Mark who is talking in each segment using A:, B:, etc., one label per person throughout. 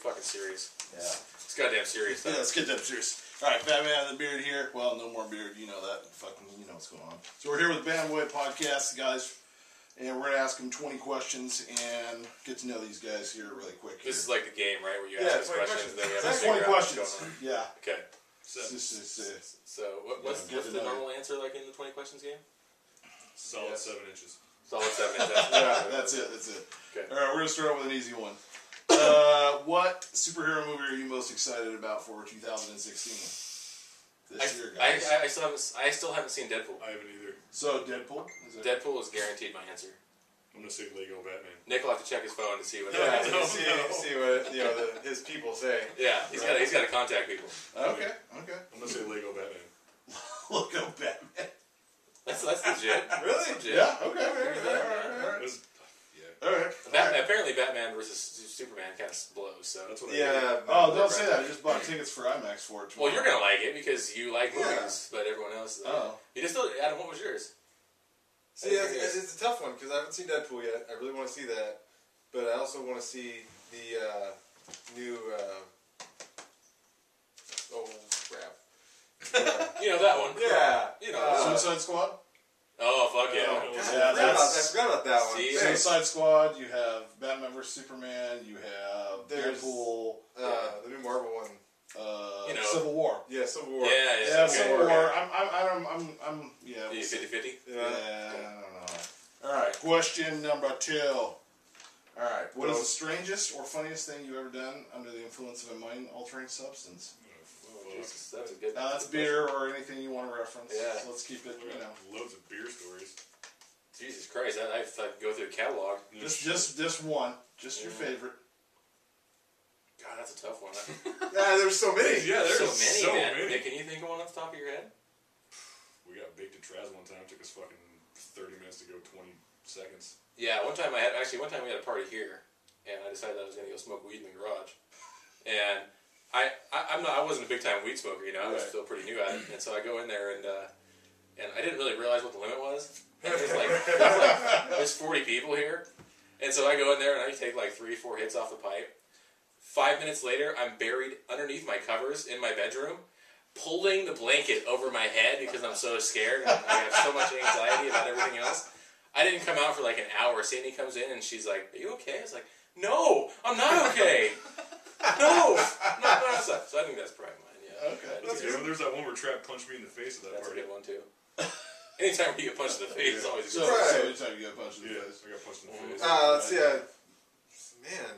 A: fucking serious.
B: Yeah.
A: It's goddamn serious.
B: Yeah,
A: though.
B: let's get them serious. All right, Fat Man of the Beard here. Well, no more beard. You know that. Fucking, you know what's going on. So we're here with the Band Boy Podcast, guys, and we're gonna ask them twenty questions and get to know these guys here really quick.
A: This is like the game, right? Where you
B: Yeah,
A: ask us
B: 20
A: questions, then we have to
B: That's
A: figure
B: twenty
A: out what's
B: questions.
A: going on.
B: Yeah.
A: Okay. So,
B: This is,
A: so what, what's,
B: Yeah,
A: what's
B: good
A: the
B: to know.
A: normal answer like in the 20 questions game?
C: Solid
B: Yes.
C: seven inches.
A: Solid seven.
B: uh, yeah, that's it. That's it.
A: Okay.
B: All right, we're gonna start with an easy one. Uh, what superhero movie are you most excited about for 2016?
A: I,
B: This year,
A: I,
B: guys.
A: I, I still haven't, I still haven't seen Deadpool.
C: I haven't either.
B: so Deadpool. Is it-
A: Deadpool is guaranteed my answer.
C: I'm gonna say Lego Batman.
A: Nick will have to check his phone to see what.
C: Yeah.
A: Yeah,
C: No,
D: see,
C: no.
D: see what you know the, his people say.
A: yeah he's got he's got to contact people.
B: Okay. Okay.
C: I'm gonna say Lego Batman.
B: Look up Batman.
A: That's that's legit.
D: Really?
A: That's legit.
B: Yeah. Okay. All right. All right. All right.
C: That was- yeah,
B: All right.
A: Batman, apparently, Batman versus Su- Superman kind of blows. So,
C: that's what I. heard.
D: Yeah.
B: Oh, don't say that. I just bought tickets for IMAX for it.
A: well,
B: tomorrow.
A: you're gonna like it because you like
D: Yeah.
A: movies, but everyone else. Is
B: Oh.
A: You just don't, Adam. What was yours?
D: See, that's, it's, it's a tough one because I haven't seen Deadpool yet. I really want to see that, but I also want to see the uh, new. Uh, oh crap! Uh,
A: You know that one.
D: yeah,
A: You know,
D: Uh,
B: Suicide Squad.
A: Oh fuck yeah!
C: Oh,
D: God,
C: Yeah,
D: I, forgot about,
B: that's-
D: I forgot about that one.
A: See,
D: Thanks.
B: Suicide Squad. You have Batman vs Superman. You have
D: There's-
B: Deadpool.
D: uh, the new Marvel one.
B: Uh,
A: You know.
B: Civil War.
D: Yeah, Civil
A: yeah,
D: War.
A: yeah.
B: Yeah,
A: okay.
B: Civil
D: War.
B: War. I'm, I'm, I'm, I'm, I'm yeah. we'll
A: You
B: see.
A: 50-50?
B: yeah,
D: Yeah.
B: I don't know. All right. Question number two. All right. What is the strangest or funniest thing you've ever done under the influence of a mind-altering substance?
A: Oh, Jesus, that's a good.
B: Uh, that's beer or anything you want to reference.
A: Yeah.
B: So let's keep it.
C: Fuck.
B: You know.
C: Loads of beer stories.
A: Jesus Christ! I, I have to go through a catalog.
B: Just, just, just one. Just your
A: Yeah.
B: favorite.
A: God, that's a tough one.
D: Yeah, there's so many.
C: Yeah, there's
A: so many,
C: so
A: man.
C: many.
A: Nick, can you think of one off the top of your head?
C: We got baked at Traz one time. Took us fucking 30 minutes to go 20 seconds.
A: Yeah, one time I had actually one time we had a party here, and I decided I was gonna go smoke weed in the garage, and I, I I'm not I wasn't a big time weed smoker, you know, I was
B: Right.
A: still pretty new at it, and so I go in there and uh, and I didn't really realize what the limit was. And There's like, there's like there's 40 people here, and so I go in there and I take like three four hits off the pipe. Five minutes later, I'm buried underneath my covers in my bedroom. Pulling the blanket over my head because I'm so scared. And I have so much anxiety about everything else. I didn't come out for like an hour. Sandy comes in and she's like, "Are you okay?" I was like, "No, I'm not okay. no, I'm not, not outside." So I think that's probably mine. Yeah,
B: Okay.
C: That's
A: that's,
C: a good one. There's that one where Trap punched me in the face at that
A: that's a
C: party.
A: good one too. Anytime you get punched in the face, it's always a good.
B: So,
D: Right.
B: so you tell you got punched in the
C: Yeah,
B: face.
C: I got punched in the
A: Mhm.
C: face.
D: Uh, let's see. Uh, man,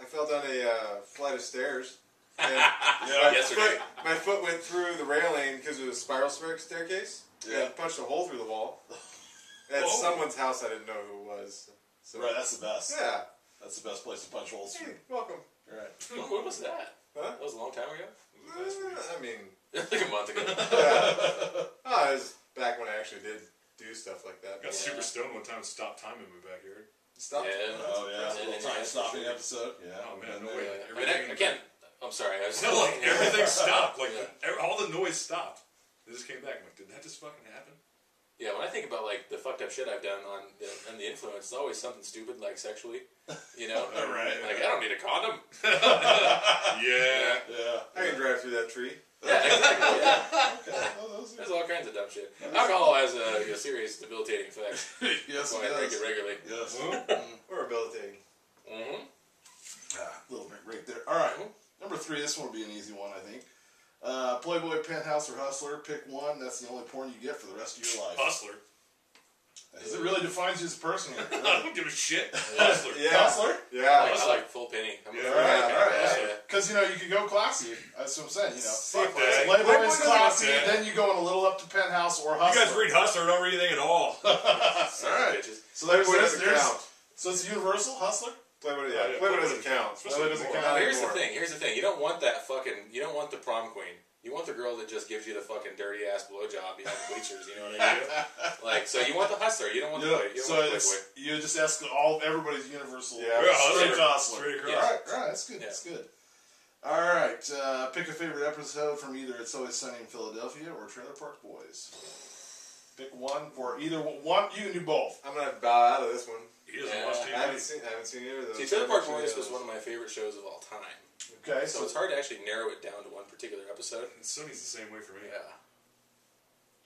D: I fell down a uh, flight of stairs. And
B: Yeah.
A: Yesterday,
D: Foot, my foot went through the railing because it was a spiral stair- staircase.
B: Yeah.
D: Yeah. And punched a hole through the wall. At
C: Oh.
D: someone's house, I didn't know who it was. So,
B: Right. That's the best.
D: Yeah.
B: That's the best place to punch holes
D: Hey,
B: through.
D: welcome.
B: Right.
A: when, when was that?
D: Huh?
A: That was a long time ago.
C: It
D: Uh,
C: was last week.
D: I mean,
A: like a month ago.
D: yeah. oh, it was back when I actually did do stuff like that.
C: I got
A: Yeah.
C: super stoned one time and stopped time in my backyard.
D: Stop.
A: Yeah.
B: Oh yeah.
A: impressive.
B: A little
A: Yeah,
B: time
A: for
B: stopping
A: sure.
B: episode. Yeah.
C: Oh,
B: we've
C: man,
B: been
C: no
B: there.
C: way.
A: I mean, I, again, I'm sorry. I was
C: No, like everything stopped. Like
A: Yeah.
C: ev- all the noise stopped. It just came back. I'm like, did that just fucking happen?
A: Yeah, when I think about like the fucked up shit I've done on the, on the influence, it's always something stupid like sexually, you know.
B: Right.
A: Like I don't need a condom.
C: yeah.
B: Yeah.
D: I can drive through that tree.
A: Yeah, exactly. Yeah.
B: Okay. Well, those are-
A: There's all kinds of dumb shit. Alcohol has a, a serious debilitating effect.
B: yes,
A: That's why
B: it
A: I drink
B: does.
A: it regularly.
B: Yes.
D: Or rehabilitating.
A: Mm-hmm.
B: Ah, little bit right there. All right. Number three. This one will be an easy one, I think. Uh, Playboy, Penthouse, or Hustler. Pick one. That's the only porn you get for the rest of your life.
C: Hustler.
B: 'Cause it really defines you as a person. Here,
C: I
B: really.
C: don't give a shit. Hustler.
D: Yeah.
B: Hustler.
A: I,
D: Yeah.
A: like, I like full penny. I'm
C: Yeah,
A: a-
C: all
D: right,
A: okay,
D: all right,
A: yeah,
B: all Because you know you could go classy. That's what I'm saying. You know.
C: Fuck
B: So
C: that.
B: Playboy,
D: Playboy
B: is
D: doesn't-
B: classy.
C: Yeah.
B: Then you go in a little up to Penthouse or
C: You
B: Hustler.
C: guys read Hustler. Don't read anything at all.
A: yeah. Sons of
D: All right.
A: bitches.
B: So there's,
D: Playboy
B: there's,
D: doesn't
B: there's
D: count.
B: so it's Universal Hustler.
D: Playboy, yeah. Playboy, doesn't count.
C: Especially
B: doesn't
C: anymore.
B: count.
A: Now, here's the
D: anymore.
A: thing. Here's the thing. You don't want that fucking. You don't want the prom queen. You want the girl that just gives you the fucking dirty ass blowjob behind the bleachers. You know what I mean? like, so you want the hustler. You don't want the. play- You don't
B: So
A: want the
B: it's,
A: playboy.
B: you just ask all everybody's Universal.
D: Yeah.
C: You're a hustler.
B: Straight hustler.
C: Straight across.
A: Yeah.
B: All right, all right, that's good.
A: Yeah.
B: That's good. All right, uh, pick a favorite episode from either "It's Always Sunny in Philadelphia" or "Trailer Park Boys." Pick one for either one. You can do both.
D: I'm gonna bow out of this one.
C: He doesn't
A: Yeah,
C: watch
D: I
C: TV.
D: haven't seen. I haven't seen either of those.
A: See, Trailer Park
D: Actually,
A: Boys
D: uh,
A: was one of my favorite shows of all time.
B: Okay,
A: So
B: so
A: it's hard to actually narrow it down to one particular episode.
C: And Sonny's the same way for me.
A: Yeah.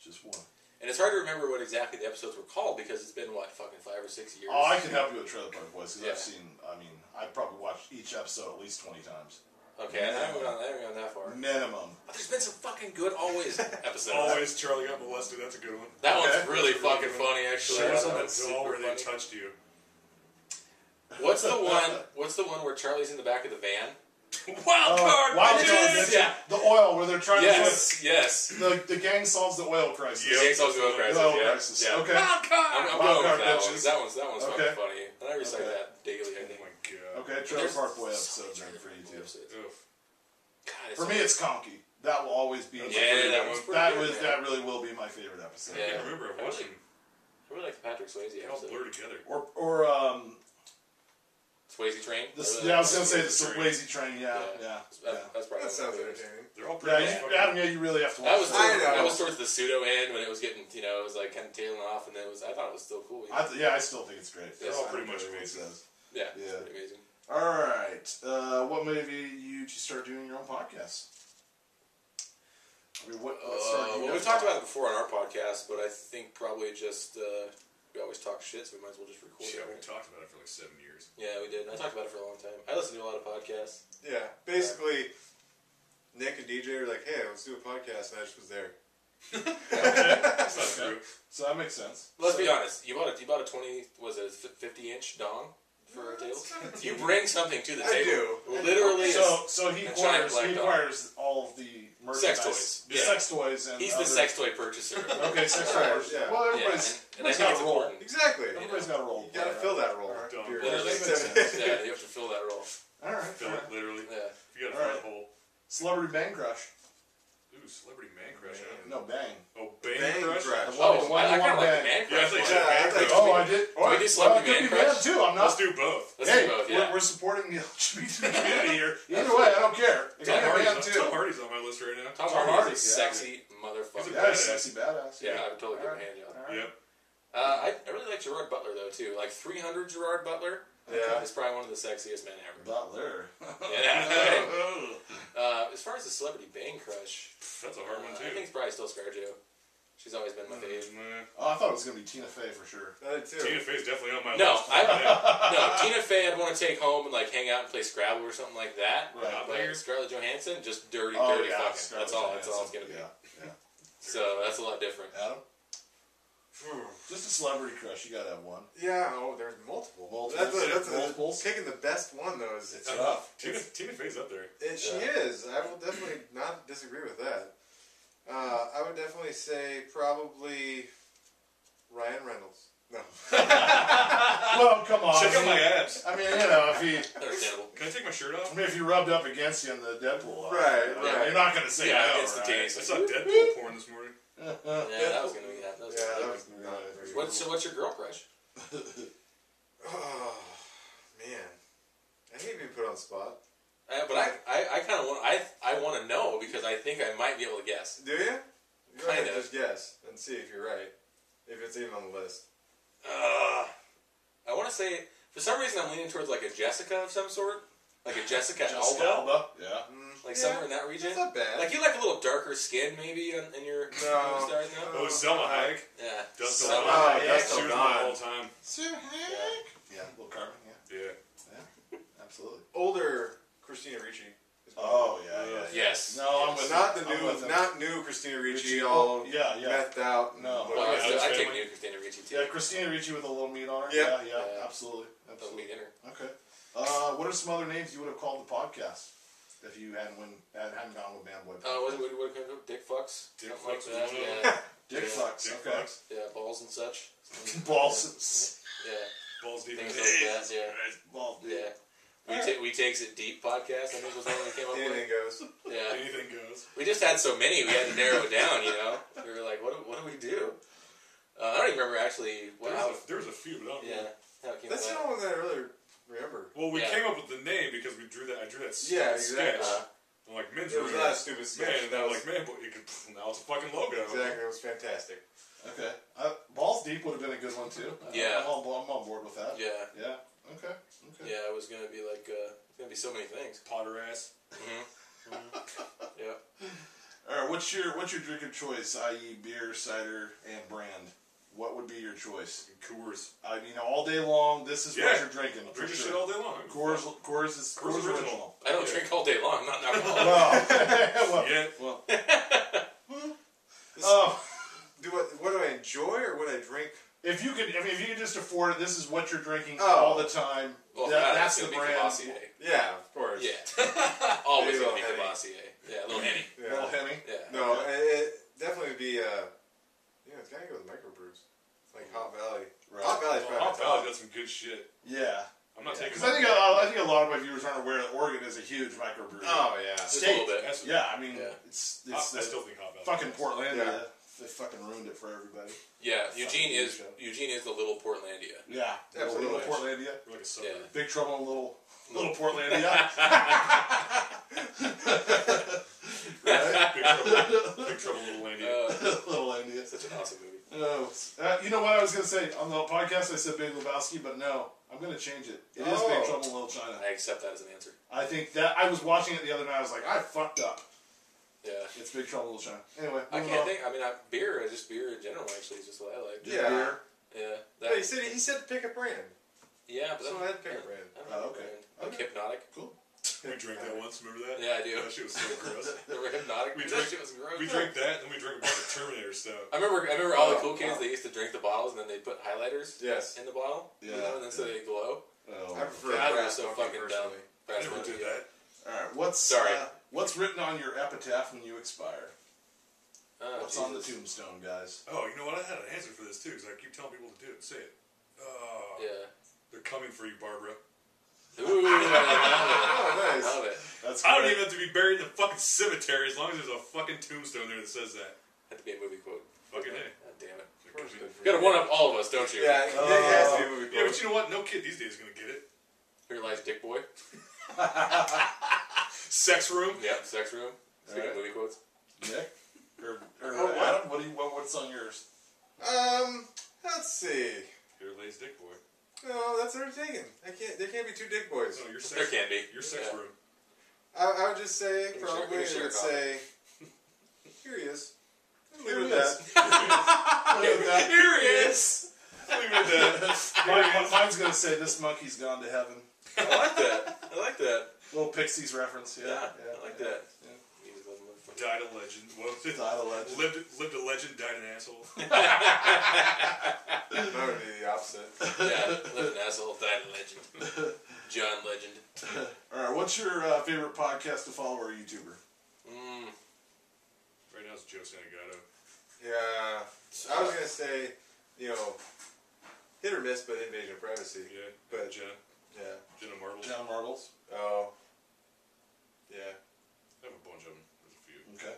B: just one.
A: And it's hard to remember what exactly the episodes were called because it's been, what, fucking five or six years?
B: Oh, I can help you with Trailer Park Boys because
A: Yeah.
B: I've seen. I mean, I probably watched each episode at least twenty times,
A: Okay, I haven't gone, I haven't gone that
B: Mm.
A: far.
B: minimum.
A: But there's been some fucking good Always episodes.
C: Always Charlie got molested. That's a good one.
A: That
B: Okay.
A: one's really fucking funny, actually.
C: Show
A: That
C: someone
A: one's
C: doll
A: super
C: where they
A: funny.
C: touched you.
A: What's the one? What's the one where Charlie's in the back of the van?
C: Wild
B: Oh,
C: card.
B: why did
C: bitches!
B: y'all
A: Yes!
B: mention
A: Yeah.
B: the oil where they're trying
A: Yes, yes.
B: to? The, the gang solves the oil crisis.
A: The
C: Yep.
A: gang solves the oil crisis.
B: The oil
A: yeah.
B: crisis.
A: Yeah.
B: Okay.
C: Wild
A: I'm,
C: card.
A: I'm going
B: Wild card
A: with that one.
B: bitches.
A: That one's that one's
B: Okay.
A: fucking funny. And I recite
B: Okay.
A: that daily. I
C: Oh
A: think.
C: my god.
B: Okay,
A: But
B: Trailer
A: there's
B: Park Boy
A: so
B: episode
A: many
B: then for
A: Trailer
B: you
A: Park Boy
B: too.
A: episodes.
C: Oof.
A: God, it's
B: For me, it's Conky. That will always be.
C: Yeah,
B: my
A: yeah,
B: favorite
A: that
B: episode.
A: one's pretty
B: That
A: good,
B: was
A: man.
B: that really will be my favorite episode.
C: I
A: Yeah.
C: can't remember. I watched them.
A: I really like the Patrick Swayze
C: They all
A: episode.
C: blur together.
B: Or or um,
A: Swayze train.
B: the,
A: I really
B: yeah, I
A: like
B: was gonna say the
C: Swayze Train.
B: Swayze train. Yeah,
A: Yeah.
B: yeah, yeah.
A: That, that's probably
D: That sounds
A: my favorite.
D: entertaining.
C: They're all
B: Yeah,
C: pretty much
B: you,
C: fucking-
B: Adam, yeah, you really have to watch.
A: That was
B: that.
D: I
A: towards, that
D: know.
A: was towards the pseudo end when it was getting you know it was like kind of tailing off and then it was I thought it was still cool. you know?
B: I th- yeah, I still think it's great.
A: They're
B: I
A: all
B: don't
C: pretty
B: care
C: much
B: what anyone
C: amazing.
B: says.
A: yeah, it's
B: Yeah.
A: pretty amazing.
B: All right, uh, what movie you to start doing your own podcast? I mean, what? what started
A: Uh,
B: you
A: well,
B: guys
A: we've talked
B: on?
A: about it before on our podcast, but I think probably just uh, we always talk shit, so we might as well just record
C: Yeah,
A: it.
C: we
A: right?
C: talked about it for like seven years.
A: Yeah, we did. I talked about it for a long time. I listen to a lot of podcasts.
D: Yeah, basically, Nick and DJ were like, "Hey, let's do a podcast," and I just was there.
C: That's not true.
B: So that makes sense.
A: Let's
B: So-
A: be honest. You bought a you bought a twenty was it fifty inch dong for a table. You bring something to the
D: I
A: table.
D: do.
A: Literally,
B: So, so he
A: And China
B: acquires, he
A: Black Dog.
B: acquires all of the merchandise,
A: toys.
B: the
A: Yeah.
B: sex toys, and
A: he's the
B: other-
A: sex toy purchaser. yeah,
B: Okay, sex
D: Right,
B: toys.
D: yeah.
B: Well,
A: and,
B: everybody's
A: and I
B: everybody's
A: think
B: got
A: it's
B: a role.
A: important.
D: Exactly.
A: Yeah.
B: Everybody's got a role.
D: You gotta
B: play,
D: fill
B: right?
D: that role.
B: Alright.
C: Dumb.
D: You're-
A: Literally,
B: Yeah, that makes sense.
A: yeah, you have to fill that role.
B: All right.
C: Fill it, literally.
A: Yeah.
C: If you got a
B: All right.
C: front hole.
B: Celebrity Bang Crush.
C: Ooh, celebrity man crush. huh?
D: Man.
B: No, Bang.
C: Oh, Bang,
D: Bang
C: crush.
D: crush.
B: The
A: Oh,
B: one- the one
A: I, I
B: you
A: kind of like
B: want back.
A: the man
C: Yeah, I
A: crush
C: think
A: one.
C: so.
D: Yeah, I think-
B: Oh, I did.
A: we
B: alright.
A: do
B: well, it
A: Celebrity
B: could be
A: Man Crush?
B: bad, too. I'm not.
C: Let's do both.
A: Let's
B: Hey,
A: do both.
B: we're,
A: Yeah.
B: we're supporting the LGBT community here. Either way, I don't care. It
A: Tom
B: could be
A: Hardy's
B: bad,
A: on-
B: too.
C: Tom Hardy's on my list right now.
A: Tom
B: Tom
A: Hardy is
B: Hardy,
A: a
B: yeah.
A: sexy motherfucker.
B: Yeah,
C: badass.
B: sexy badass.
A: Yeah, I would totally give him a hand job.
B: Alright.
C: Yep.
A: Uh, I, I really like Gerard Butler though too. Like 300 Gerard Butler.
D: Yeah.
A: is probably one of the sexiest men ever.
B: Butler.
A: Yeah. uh, as far as the celebrity bang crush,
C: That's a hard one
A: uh,
C: too. Mm-hmm.
A: I think it's probably still ScarJo. She's always been my fave.
C: Nah.
B: Oh, I thought it was gonna be Tina Fey for sure.
D: I did too.
C: Tina Fey's definitely on my
A: No,
C: list.
A: I-
C: Yeah.
A: No, Tina Fey, I'd want to take home and like hang out and play Scrabble or something like that.
B: Right.
A: But Scarlett Johansson, just dirty,
B: Oh,
A: dirty
B: yeah,
A: fucking.
B: Scarlett
A: that's all. That's all it's
B: Johansson.
A: gonna be.
B: Yeah,
A: So that's a lot different.
B: yeah. Adam,
D: Phew.
B: just a celebrity crush. You gotta have one.
D: Yeah. Oh, there's multiple.
B: Multiple.
D: That's, what, that's
B: Multiples.
D: what, picking the best one though. Is,
B: It's rough.
C: Tina, Tina Fey's up there.
D: And she is. I will definitely not disagree with that. Uh, I would definitely say probably Ryan Reynolds. No.
B: Well, come on. I
C: Check out
B: mean-
C: my abs.
B: I mean, you know, if he,
A: Understandable.
C: Can I take my shirt
B: I
C: off?
B: mean, if you rubbed up against you in the Deadpool,
D: Right,
B: I mean,
D: right.
B: You're not gonna say
A: Yeah,
B: no,
A: it's the
C: I
A: taste.
C: saw Deadpool porn this morning.
B: right?
A: Yeah, that was gonna be that. that was
D: Yeah,
A: gonna be different.
D: that was not very
A: What, so what's your girl crush?
D: Oh, man. I hate being put on the spot.
A: Uh, but I, I, I kind of want I, I want to know because I think I might be able to guess.
D: Do you? You don't have to
A: Kinda.
D: just guess and see if you're right. If it's even on the list.
A: Uh, I want to say for some reason I'm leaning towards like a Jessica of some sort, like a Jessica,
B: Jessica
A: Alba,
B: Alba. Yeah.
D: Mm,
A: like
D: yeah,
A: somewhere in that region.
D: That's not bad.
A: Like you like a little darker skin maybe in, in your
D: No.
A: movie stars now.
D: No.
C: Oh, Selma Hayek.
A: Yeah,
C: Dust
A: So-
C: Till Dawn.
D: Oh, yeah,
C: She
D: Till
C: was
D: Dawn.
C: my all time.
B: Yeah, Little Carmen. Yeah,
C: Yeah.
B: absolutely.
D: Older Christina Ricci. is one.
B: Oh yeah, yeah. yeah.
A: Yes.
B: No, I'm with
D: Not the
B: him. I'm with
D: new,
B: him.
D: not new Christina Ricci,
B: Ricci, oh,
D: all
B: yeah, yeah.
D: methed out. and
B: No.
A: Well,
D: whatever.
A: I,
C: Yeah,
A: I take
C: family.
A: New Christina Ricci too.
B: Yeah, Christina Ricci with a little meat on her. Yeah,
D: Yeah.
B: yeah,
A: Yeah.
B: absolutely,
A: That's what we
B: absolutely.
A: did her.
B: Okay. Uh, what are some other names you would have called the podcast if you hadn't win, hadn't gone with Band Boy?
A: Uh, what
B: Podcast?
A: what what what- what- Dick fucks?
C: Dick
A: Something like
C: Fucks was
A: that.
C: one of
A: Yeah,
B: Dick
A: Yeah.
B: fucks.
C: Dick
B: okay.
C: Fucks.
A: yeah, balls and such.
B: Balls.
A: Yeah,
C: Balls deep in
A: Things
C: the
A: like that, yeah.
B: Balls. dude.
A: yeah. We,
B: All
A: ta- we takes it deep podcast. I think was the one we came up
D: In
A: with.
D: it goes.
A: Yeah.
C: Anything goes.
A: We just had so many, we had to narrow it down, you know? We were like, what do, what do we do? Uh, I don't even remember actually what,
C: There
A: how,
C: was, a, there was a few, but I don't
A: yeah,
C: know.
A: how it came
D: That's the
A: about.
D: only one that I really remember.
C: Well, we
A: Yeah.
C: came up with the name because we drew that. I drew that s-
D: Yeah,
C: sketch.
D: exactly.
A: Uh,
C: I'm like, men's
D: It was
C: room.
D: not a stupid sketch.
C: Man, and they're like, man, but it could, now it's a fucking logo.
D: exactly. It was fantastic.
B: Okay. Uh, Balls Deep would have been a good one too. I-
A: Yeah.
B: I'm on, bo- I'm on board with that.
A: Yeah,
B: Yeah. Okay. Okay.
A: yeah. It was gonna be like uh, it's gonna be so many things.
C: Potter ass.
A: Yeah.
B: All right. What's your What's your drink of choice? I.e., beer, cider, and brand. What would be your choice?
C: Coors.
B: I mean, all day long, this is what
C: Yeah.
B: you're drinking.
C: I'll
B: for
C: drink this
B: sure.
C: shit all day long.
B: Coors, Coors is
C: Coors original.
A: I don't
C: Yeah.
A: drink all day long. I'm not an alcoholic.
B: No. well,
C: Yeah.
B: well.
D: This-
B: Oh.
D: Do what? What do I enjoy or what I drink?
B: If you could, I mean, if you could just afford it, this is what you're drinking
D: Oh.
B: all the time.
A: Well,
B: That-
A: that-
B: that's the
A: gonna be
B: brand.
A: Cavassier.
D: Yeah, of course.
A: Yeah. Always
D: Maybe
A: gonna be
D: a little
A: Cavassier. Yeah, a little henny.
D: Yeah.
B: Little Henny.
A: Yeah.
D: No,
B: Okay.
D: it, it definitely would be. Uh, yeah, it's gotta go with microbrews, like Hot Valley.
B: Right.
D: Hot Valley's
C: Well,
D: probably
C: Hot
D: my
C: Valley
D: top.
C: does some good shit.
B: Yeah.
C: I'm not taking.
B: Because I think a
C: that.
B: lot, I think a lot of my viewers aren't aware that Oregon is a huge microbrewery.
D: Oh yeah.
A: Just a little bit.
C: That's-
B: uh, Yeah, I mean,
A: Yeah.
B: it's
C: I, I
B: it's the
C: still think Hot Valley.
B: fucking Portlandia.
D: Yeah.
B: They fucking ruined it for everybody.
A: Yeah, Eugene
B: Fucking
A: is
B: show.
A: Eugene is the little Portlandia.
B: Yeah,
D: Absolutely.
B: little Portlandia.
C: We're like a suburb.
A: Yeah.
B: Big trouble in little little Portlandia.
C: Big trouble. Big trouble, little Andy.
A: Uh,
B: little India.
A: such an awesome movie.
B: Oh, uh, you know what I was gonna say on the podcast? I said Big Lebowski, but no, I'm gonna change it. It is Big
D: Oh.
B: Trouble in Little China.
A: I accept that as an answer.
B: I think that I was watching it the other night. I was like, I fucked up.
A: Yeah.
B: It's Big Trouble in Little China. Anyway,
A: I
B: moving
A: can't
B: on.
A: think. I mean, I, beer, I just beer in general actually is just what I like.
B: Just
D: Yeah.
B: beer.
A: Yeah.
D: No, he
A: That,
D: said he said to pick a brand.
A: yeah, but
D: So I
A: that,
D: had to pick a brand.
A: I don't
B: Oh,
A: know,
B: okay.
A: man. I'm
B: Okay.
A: hypnotic.
B: Cool.
C: We drank that once. Remember that?
A: Yeah, I do.
C: That Oh, shit was so gross.
A: Remember hypnotic?
C: We
A: That
C: drink-
A: shit was gross.
C: We drank that, and then we drank a bunch of Terminator stuff.
A: I remember. I remember all the
B: Oh,
A: cool kids.
B: wow.
A: They used to drink the bottles and then they put highlighters
D: Yes.
A: in the bottle.
B: Yeah,
A: You know, and then so
B: yeah.
A: they glow.
B: Oh.
D: I prefer
A: God,
D: a
A: we're
D: brass
A: so
D: monkey
A: fucking
D: personally.
A: dumb.
C: I
A: Brass
C: never
A: monkey,
C: did
A: yeah.
C: that.
B: All right. What's
A: Sorry.
B: uh, what's written on your epitaph when you expire?
A: Oh,
B: what's on the
A: Jesus.
B: tombstone, guys?
C: Oh, you know what? I had an answer for this too, because I keep telling people to do it. Say it. Uh,
A: Yeah.
C: They're coming for you, Barbara.
A: Ooh, I love it.
D: Oh, nice.
A: love it.
B: That's
C: I don't
B: great.
C: even have to be buried in the fucking cemetery as long as there's a fucking tombstone there that says that.
A: Had to be a movie quote.
C: Fucking
A: God
C: A.
A: damn it.
C: They're
D: Of course
C: coming-
D: good for
A: You gotta
D: you.
A: one up all of us, don't you?
D: Yeah, it has to be a movie
C: Yeah,
D: quote.
C: but you know what? No kid these days is gonna get it.
A: Here lies Dick Boy.
C: Sex room.
A: Yep, sex room. Speaking
B: Alright.
A: of movie quotes.
B: Nick or, or
D: Oh, what?
B: Adam. What do you what, what's on yours?
D: Um, let's see.
C: Here lays Dick Boy.
D: No, that's already taken. I can't. There can't be two dick boys.
C: No, your sex.
A: There can be.
C: Your sex
A: Yeah.
C: room.
D: I, I would just say
A: Give me Sher-
D: probably
A: give me Sher
D: I would
A: Khan.
D: say. Here he is.
B: Here
D: Leave it
B: he
D: at
B: is.
D: that.
B: Look at that.
C: Here he is. Leave it at that.
B: Mine, mine's gonna say this monkey's gone to heaven.
A: I like that. I like that.
B: Little Pixies reference. Yeah.
A: Yeah,
B: yeah,
A: I like
B: yeah.
A: that.
B: yeah.
A: He's a little motherfucker.
C: Died a legend. What was it?
B: Died a legend.
C: Lived, lived a legend. Died an asshole.
D: That would be the opposite.
A: Yeah, living asshole, died a legend. John Legend.
B: All right. What's your uh, favorite podcast to follow or YouTuber?
A: Mm.
C: Right now it's Joe Sanegato.
D: Yeah. I was gonna say, you know, hit or miss, but invasion of privacy.
C: Yeah.
D: But
C: Jenna.
D: yeah.
C: Jenna Marble. I
B: John Marbles.
D: Oh. Yeah.
C: have a bunch of them. There's a few.
B: Okay.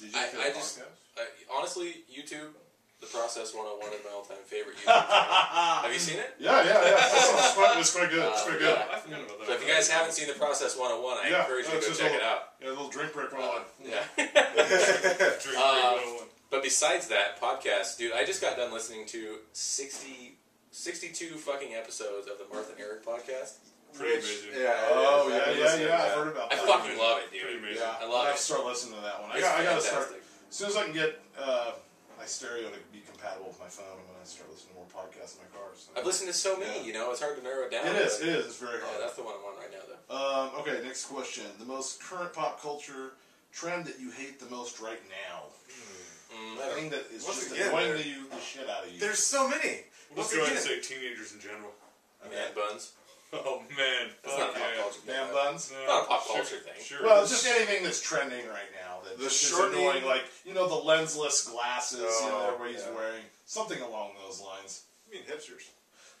B: Did you
A: I-
B: have a
A: I just-
B: podcast?
A: I, Uh, honestly, YouTube, The Process 101 is my all time favorite YouTube channel. Have you seen it?
B: Yeah, yeah, yeah. It's quite, it's quite good. It's
A: Uh,
B: quite good.
A: yeah.
C: I forgot about that.
A: So if you guys haven't seen The Process 101, I
B: Yeah,
A: encourage you to
B: that's
A: go
B: just
A: check
B: all-
A: it out.
B: Yeah, a little drink break roll on.
A: Yeah.
C: Drink, drink
A: Uh,
C: 101.
A: But besides that podcast, dude, I just got done listening to 60, 62 fucking episodes of the Martha and Eric podcast.
C: Pretty
D: Which-
C: amazing.
D: Yeah.
B: Oh,
D: it is.
B: yeah,
D: I've been
B: yeah,
D: listening to
B: yeah. I've
D: that.
B: heard about
A: I
B: that.
A: fucking love it,
C: Pretty
A: dude.
C: amazing.
B: Yeah,
A: I love
B: I have
A: it.
B: to start listening to that one. Oh, I,
A: It's
B: got, I gotta start.
A: fantastic.
B: As soon as I can get uh, my stereo to be compatible with my phone, I'm gonna start listening to more podcasts in my car. So.
A: I've listened to so many,
B: Yeah.
A: you know, it's hard to narrow it down.
B: It is.
A: but-
B: It is. It's very
A: Yeah,
B: hard.
A: that's the one I'm on right now, though.
B: Um, okay, next question. The most current pop culture trend that you hate the most right now.
A: Mm,
B: The
A: I don't-
B: thing that is
D: Once
B: just
D: again,
B: annoying
D: there-
B: the, you, the shit out of you.
D: There's so many.
C: We'll just
D: Once
C: go ahead and
D: again.
C: say teenagers in general.
A: Man buns.
C: Oh man,
A: That's
C: fuck
A: not a pop
C: yeah.
A: culture thing.
B: Man
A: though.
B: buns.
C: No,
A: Not a pop
C: sure-
A: culture thing.
C: Sure.
B: Well, it's just anything that's trending right now that
D: The
B: the is
D: shortening-
B: annoying, like you know the lensless glasses you know,
D: Oh,
B: everybody's
D: yeah.
B: wearing, something along those lines.
D: I mean, hipsters.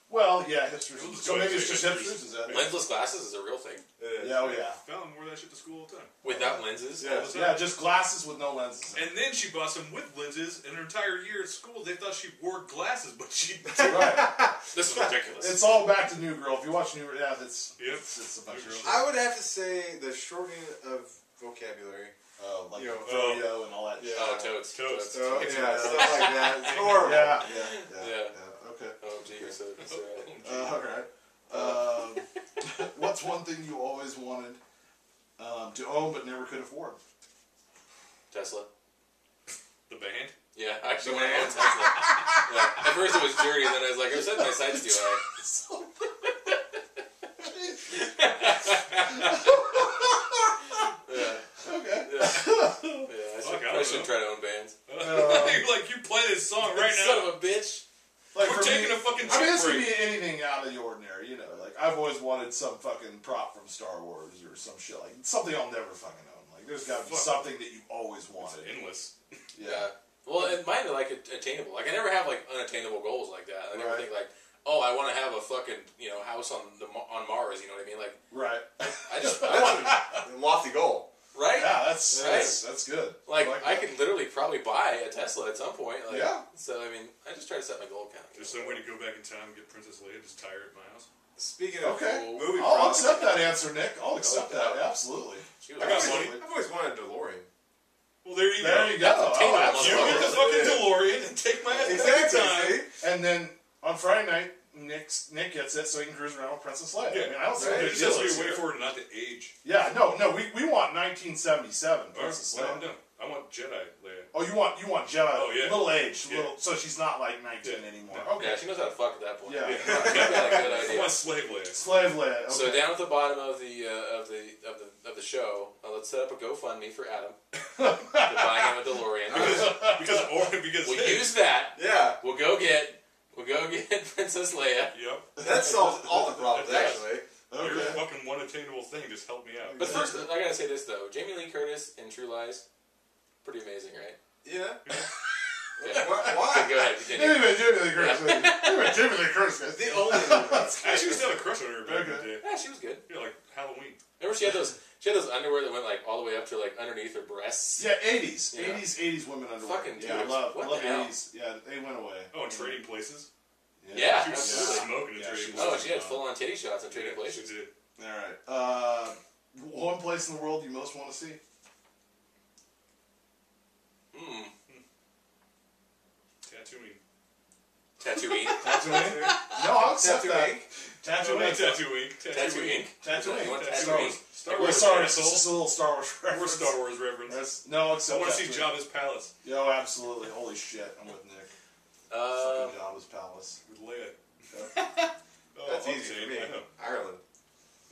B: Well, yeah, hipsters.
C: Let's
B: So
C: go ahead
B: maybe it's
C: and
B: just
C: say
B: hipsters.
C: hipsters.
B: Is that?
A: Lensless glasses is a real thing.
D: It is.
B: Yeah, oh yeah,
C: Fallon wore that shit to school all the time.
A: Without lenses?
D: Yeah.
B: yeah. Just glasses with no lenses. in it.
C: And then she bought some with lenses, and her entire year at school, they thought she wore glasses, but she.
B: right.
A: This is ridiculous.
B: It's all back to New Girl. If you watch New Girl, yeah, that's
C: Yep.
B: it's, it's a bunch
C: New
B: of
C: Girl.
B: shit.
D: I would have to say the shortening of vocabulary.
B: Oh, like
D: Yeah.
B: rodeo and all that.
D: um, Yeah.
A: Oh, toads.
C: Toads.
D: So yeah,
A: Toads.
D: stuff like that. It's horrible.
B: Yeah, yeah, yeah,
A: Yeah.
B: yeah. Okay.
A: Oh, gee, you're so, so right.
B: Uh, all right. Um, what's one thing you always wanted um, to own but never could afford?
A: Tesla.
C: The band?
A: Yeah, I actually went on Tesla. yeah. At first it was dirty, and then I was like, I'm setting my sights too high. Yeah,
B: okay.
A: yeah. yeah I
C: Fuck,
A: should,
C: I don't
A: I, should
C: know.
A: try to own bands.
B: Uh,
C: you like you play this song right
A: Son
C: now.
A: of a bitch.
B: Like for
C: We're taking
B: me,
C: a
B: I
C: fucking
B: mean,
C: trip
B: this could
C: break.
B: be anything out of the ordinary, you know. Like I've always wanted some fucking prop from Star Wars or some shit like something I'll never fucking own. Like there's got to be
C: Fuck.
B: something that you always
C: It's
B: wanted.
C: endless.
A: Yeah. Well, and mine are like at- attainable. Like I never have like unattainable goals like that. I never
B: Right.
A: think like, oh, I want to have a fucking you know house on the Ma- on Mars. You know what I mean? Like
B: Right.
A: I just I want
D: That's a lofty goal.
A: right.
B: Yeah, that's
A: Right.
B: that's, that's good.
A: Like, I
B: that.
A: could literally probably buy a Tesla at some point. Like,
B: Yeah.
A: So I mean, I just try to set my goal count.
C: There's some way to go back in time and get Princess Leia just tie her at my house.
D: Speaking of
B: Okay.
D: movie
B: I'll
D: props,
B: accept that answer, Nick. I'll accept
A: yeah.
B: that. Absolutely.
A: She was
C: I got
A: awesome.
C: money.
D: I've always wanted a DeLorean.
C: Well, there you
B: There
C: go.
B: you go.
A: That's
B: Oh,
A: attainable,
C: You
A: motherfucker.
B: absolutely.
C: get the fucking DeLorean and take my ass back in
D: Exactly.
C: time.
D: See?
B: And then on Friday night, Nick's, Nick gets it so he can cruise around with Princess Leia. I
C: Yeah.
B: mean, I don't see what
C: It
B: the
C: just
B: deal
C: has to be
B: is
C: a way
B: here.
C: for her not to age.
B: Yeah, no, no, we, we want 1977 Princess
C: Well, I'm
B: Leia.
C: done. I want Jedi Leia.
B: Oh, you want you want Jedi?
C: Oh, yeah.
B: Little age,
C: Yeah.
B: little. So she's not like 19
C: Yeah.
B: anymore.
C: No.
B: Okay.
A: Yeah, she knows how to fuck at that point.
B: Yeah.
A: She's got a good
C: I
A: idea.
C: want Slave Leia.
B: Slave Leia. Okay.
A: So down at the bottom of the uh, of the of the of the show, uh, let's set up a GoFundMe for Adam to buy him a DeLorean.
C: Because, because, or because
A: We'll
C: hey,
A: use that.
D: Yeah,
A: We'll go get we'll go get Princess Leia.
C: Yep.
D: that solves all the problems
A: Yes.
D: actually.
C: Your
B: okay.
C: fucking one attainable thing just help me out.
A: But first, I gotta say this though: Jamie Lee Curtis in True Lies, pretty amazing, right?
D: Yeah.
A: Yeah.
D: Why?
A: Okay,
D: why?
A: go ahead. Continue.
B: Anyway, Jimmy Lee Curtis. Anyway, Jimmy Lee Curtis. guys.
D: The only.
C: I actually used to have a crush on her back in
B: Okay.
C: the day.
A: Yeah, she was good.
C: Yeah, like Halloween.
A: Remember, she had those she had those underwear that went like all the way up to like underneath her breasts.
B: Yeah, 80s.
A: Yeah.
B: 80s, 80s women underwear.
A: Fucking
B: yeah, I
A: dudes.
B: love,
A: What
B: love
A: the hell?
B: 80s. Yeah, they went away.
C: Oh, and
A: Mm.
C: Trading Places.
A: Yeah,
C: She was
A: absolutely.
C: smoking in
B: Yeah,
C: Trading
B: she was-
A: Oh,
C: Places.
A: she had full on titty shots in
C: Yeah,
A: Trading Places.
C: She did.
B: All right. Uh, one place in the world you most want to see?
A: Mm.
C: Tattooing.
A: Tattooing.
B: Tatooine. no, I'll accept that.
C: No, not
B: Tatooine.
C: tattooing.
A: Tattooing.
B: Tatooine.
A: You want
B: Tatooine.
A: tattooing?
C: Star
B: We're
C: Wars.
B: sorry. This
C: asshole.
B: is a little Star Wars
C: We're
B: reference.
C: Star Wars reverends.
B: That's- No, I'll
C: I
B: accept.
C: want to see
B: Tatooine.
C: Jabba's palace
B: Yo, absolutely. Holy shit, I'm with Nick.
A: Um,
B: Fucking Jabba's palace.
C: with Leia.
B: Yep.
C: Oh,
D: That's
C: okay,
D: easy for me.
C: I know.
D: Ireland.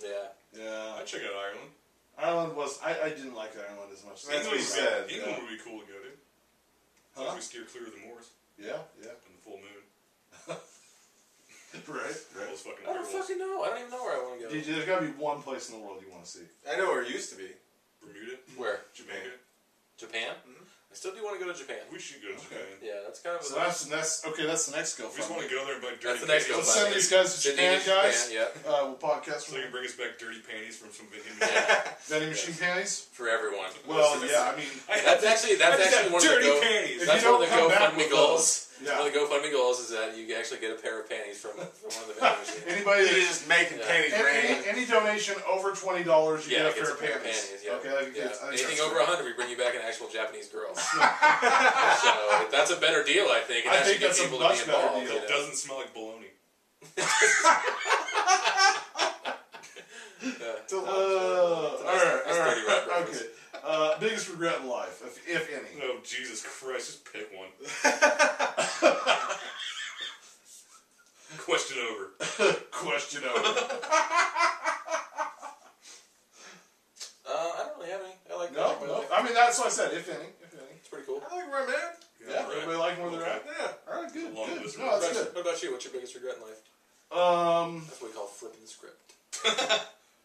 A: yeah.
B: yeah.
C: I'd check out Ireland.
B: Ireland was. I, I didn't like Ireland as much. as
D: That's
B: I
D: what he
B: did.
D: said.
C: England would be cool to go to. As long as
B: Huh?
C: we steer clear of the moors
B: Yeah. Yeah.
C: and the full moon.
B: Right.
C: All
B: Right.
C: those fucking
A: I don't
C: werewolves.
A: fucking know. I don't even know where I want to go.
B: Dude, there's gotta be one place in the world you want to see.
D: I know where it used to be.
C: Bermuda,
A: Where?
C: Jamaica.
A: Japan? I
D: Mhm.
A: still do want to go to Japan.
C: We should go to
B: Okay.
C: Japan.
A: Yeah, that's kind of.
B: So
A: a,
B: Mm-hmm. that's that's okay. That's the next go.
C: We just want to go there and buy dirty
A: That's the next
C: panties.
A: go-fund.
B: Let's send these guys to
A: Sydney
B: Japan,
A: to
B: guys.
A: Japan, yeah.
B: Uh, we'll podcast
C: So you can
B: from
C: bring us back dirty panties from some vending machine.
A: yeah,
B: vending machine panties.
A: for everyone.
B: Well, yeah. I mean,
C: I
A: That's
C: have-
A: actually
C: I
A: that's
C: just
A: actually
C: have
A: one of the
C: dirty
A: go,
C: panties.
A: that's
B: If you
A: one of the
B: don't come back
A: GoFundMe
B: with
A: goals.
B: those-
A: One of the GoFundMe goals is that you actually get a pair of panties from, from one of the vending machines.
B: anybody that
D: just making
A: Yeah.
D: panties
B: Any, any, any donation over twenty dollars, you
A: Yeah,
B: get a pair of panties.
A: Yeah.
B: Okay, I think
A: yeah.
B: that's- I think
A: Anything
B: that's
A: over
B: fair.
A: 100, we bring you back an actual Japanese girl. so that's a better deal, I think. And
B: I
A: actually get
B: think that's a
A: people
B: much
A: to be
B: better
A: involved.
B: deal.
A: you
C: It
A: know.
C: doesn't smell like bologna.
B: Uh, all right,
A: That's
B: all
A: dirty rap
B: right,
A: reference.
B: okay. Uh, biggest regret in life, if, if any.
C: No, Oh, Jesus Christ, just pick one. Question over.
B: Question over.
A: Uh, I don't really have any. I like I
B: no,
A: like my
B: no.
A: life.
B: I mean, that's what I said. If any, if any.
A: It's pretty cool.
D: I like where I'm at.
B: Yeah, everybody like where they're at.
C: Okay.
D: Yeah.
B: All right, good,
C: Long
B: good.
C: list
B: No,
C: of
A: What
B: that's
A: about,
B: good.
A: you- what about you? What's your biggest regret in life?
B: Um,
A: That's what we call flipping the script.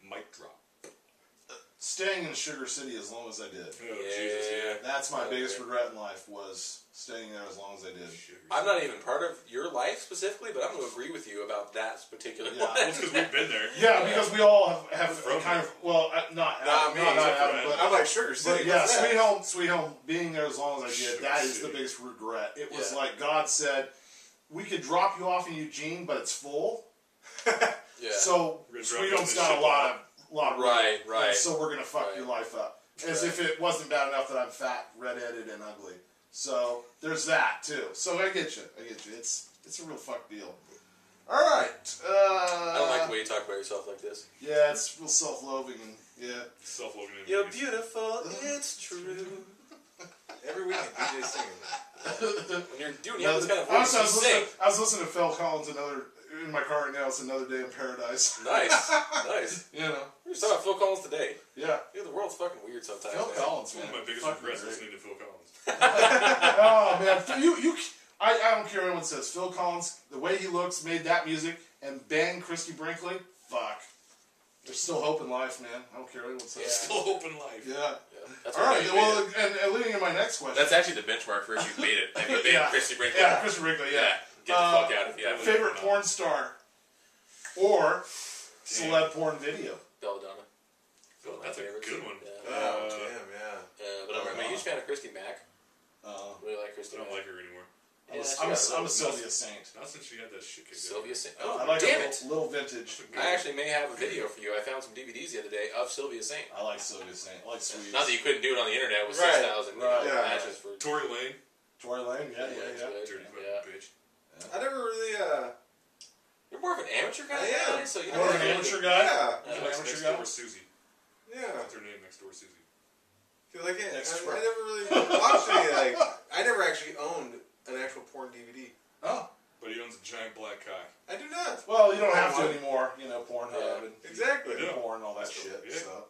C: Mic drop. Oh,
B: staying in Sugar City as long as I did.
C: Oh, Jesus, yeah.
B: That's my
A: Okay.
B: biggest regret in life was staying there as long as I did.
C: Sugar.
A: I'm not even part of your life specifically, but I'm going to agree with you about that particular
B: Yeah.
A: one.
C: Well, because we've been there.
B: Yeah, because we all have, have
C: From
B: kind of well, uh, not
D: Not
B: Adam,
D: me,
B: not, not
C: except for
B: Adam,
C: Adam.
B: but
D: I'm like Sugar City.
B: But yeah,
D: what's that?
B: Sweet Home, Sweet Home, being there as long as I did,
C: Sugar
B: that is the
C: City.
B: biggest regret. It was
A: Yeah.
B: like God said, we could drop you off in Eugene, but it's full.
A: Yeah.
B: So
C: We're gonna drop
B: Sweet
C: you in
B: Home's
C: this
B: got a
C: shit
B: lot of lot of room.
A: Right,
B: And
A: right.
B: So we're gonna fuck
A: Right.
B: your life up. as if it wasn't bad enough that I'm fat, redheaded, and ugly. So there's that too. So I get you. I get you. It's it's a real fuck deal. All right. Uh,
A: I don't like the way you talk about yourself like this.
B: Yeah, it's real self-loathing and yeah.
C: Self-loathing. in
A: You're
C: movies.
A: beautiful,
B: Uh,
A: it's true.
D: Every weekend, DJ singing.
A: When you're doing you have this kind of voice,
B: Honestly, I
A: you
B: was, listening,
A: sing.
B: I was listening to Phil Collins another in my car right now. It's another day in paradise.
A: Nice, nice.
B: You know.
A: We were talking about Phil Collins today.
B: Yeah.
A: Dude, the world's fucking weird sometimes.
B: Phil
A: man.
B: Collins, man.
C: One of my biggest
B: Fucking
C: regrets is
B: great.
C: listening to Phil Collins.
B: oh man, you you. I, I don't care what anyone says. Phil Collins, the way he looks, made that music, and bang, Christy Brinkley. Fuck. There's still hope in life, man. I don't care what anyone says.
C: Still open life.
B: Yeah.
A: Yeah, that's
B: All
A: what
B: right.
A: made it.
B: Well, and, and leading in my next question.
A: That's actually the benchmark for if you made it. If you made
B: Yeah.
A: Christy Brinkley.
B: yeah, Christy Brinkley. Yeah.
A: Yeah, Get the
B: Uh,
A: fuck out of here. Yeah,
B: Favorite porn star, or celeb porn video.
A: Belladonna. One of my
C: That's a
A: favorites.
C: good one.
A: Yeah.
D: Oh,
C: Uh,
D: damn, yeah.
A: Uh, but I'm, I'm a huge fan of Christy Mack.
B: Uh,
A: Really like Christy
C: I don't
A: Mack.
C: like her anymore.
A: Yeah,
B: I'm, a,
A: she
B: I'm, a,
A: got a
B: I'm a
A: little-
B: Sylvia Saint.
C: Not since she had that shit kicked out of her.
A: Sylvia Saint. Oh,
B: I like
A: damn
B: a
A: it.
B: little, little vintage.
C: That's a good
A: I actually may have a video for you. I found some DVDs the other day of Sylvia Saint.
B: I like Sylvia Saint. I like Sweet.
A: Not that you couldn't do it on the internet with
D: Right.
A: 6,000 you know,
B: Right.
D: Yeah.
A: matches for.
C: Tory Lane,
B: Tory Lane. Yeah, yeah, yeah.
C: dirty fucking
A: Yeah.
C: bitch.
D: I never really, uh,
A: You're more of an amateur kind of
D: I am.
A: guy, so you
D: I'm
A: don't
B: Or
D: more
A: really
B: an
A: get
B: amateur
A: into-
B: guy.
D: yeah,
A: Yeah.
C: She
B: Amateur
C: likes next
B: guy?
C: door Susie.
D: yeah.
C: That's her name, next door Susie.
D: Because I can't. I,
B: Next
D: I
B: row.
D: never really watched any like. I never actually owned an actual porn DVD.
B: Oh,
C: But he owns a giant black cock.
D: I do not.
B: well, you don't have to
D: Pornhub.
B: anymore. You know, Pornhub
A: Yeah.
B: and
D: Exactly.
C: Yeah.
B: porn, all that shit.
C: Yeah.
B: So.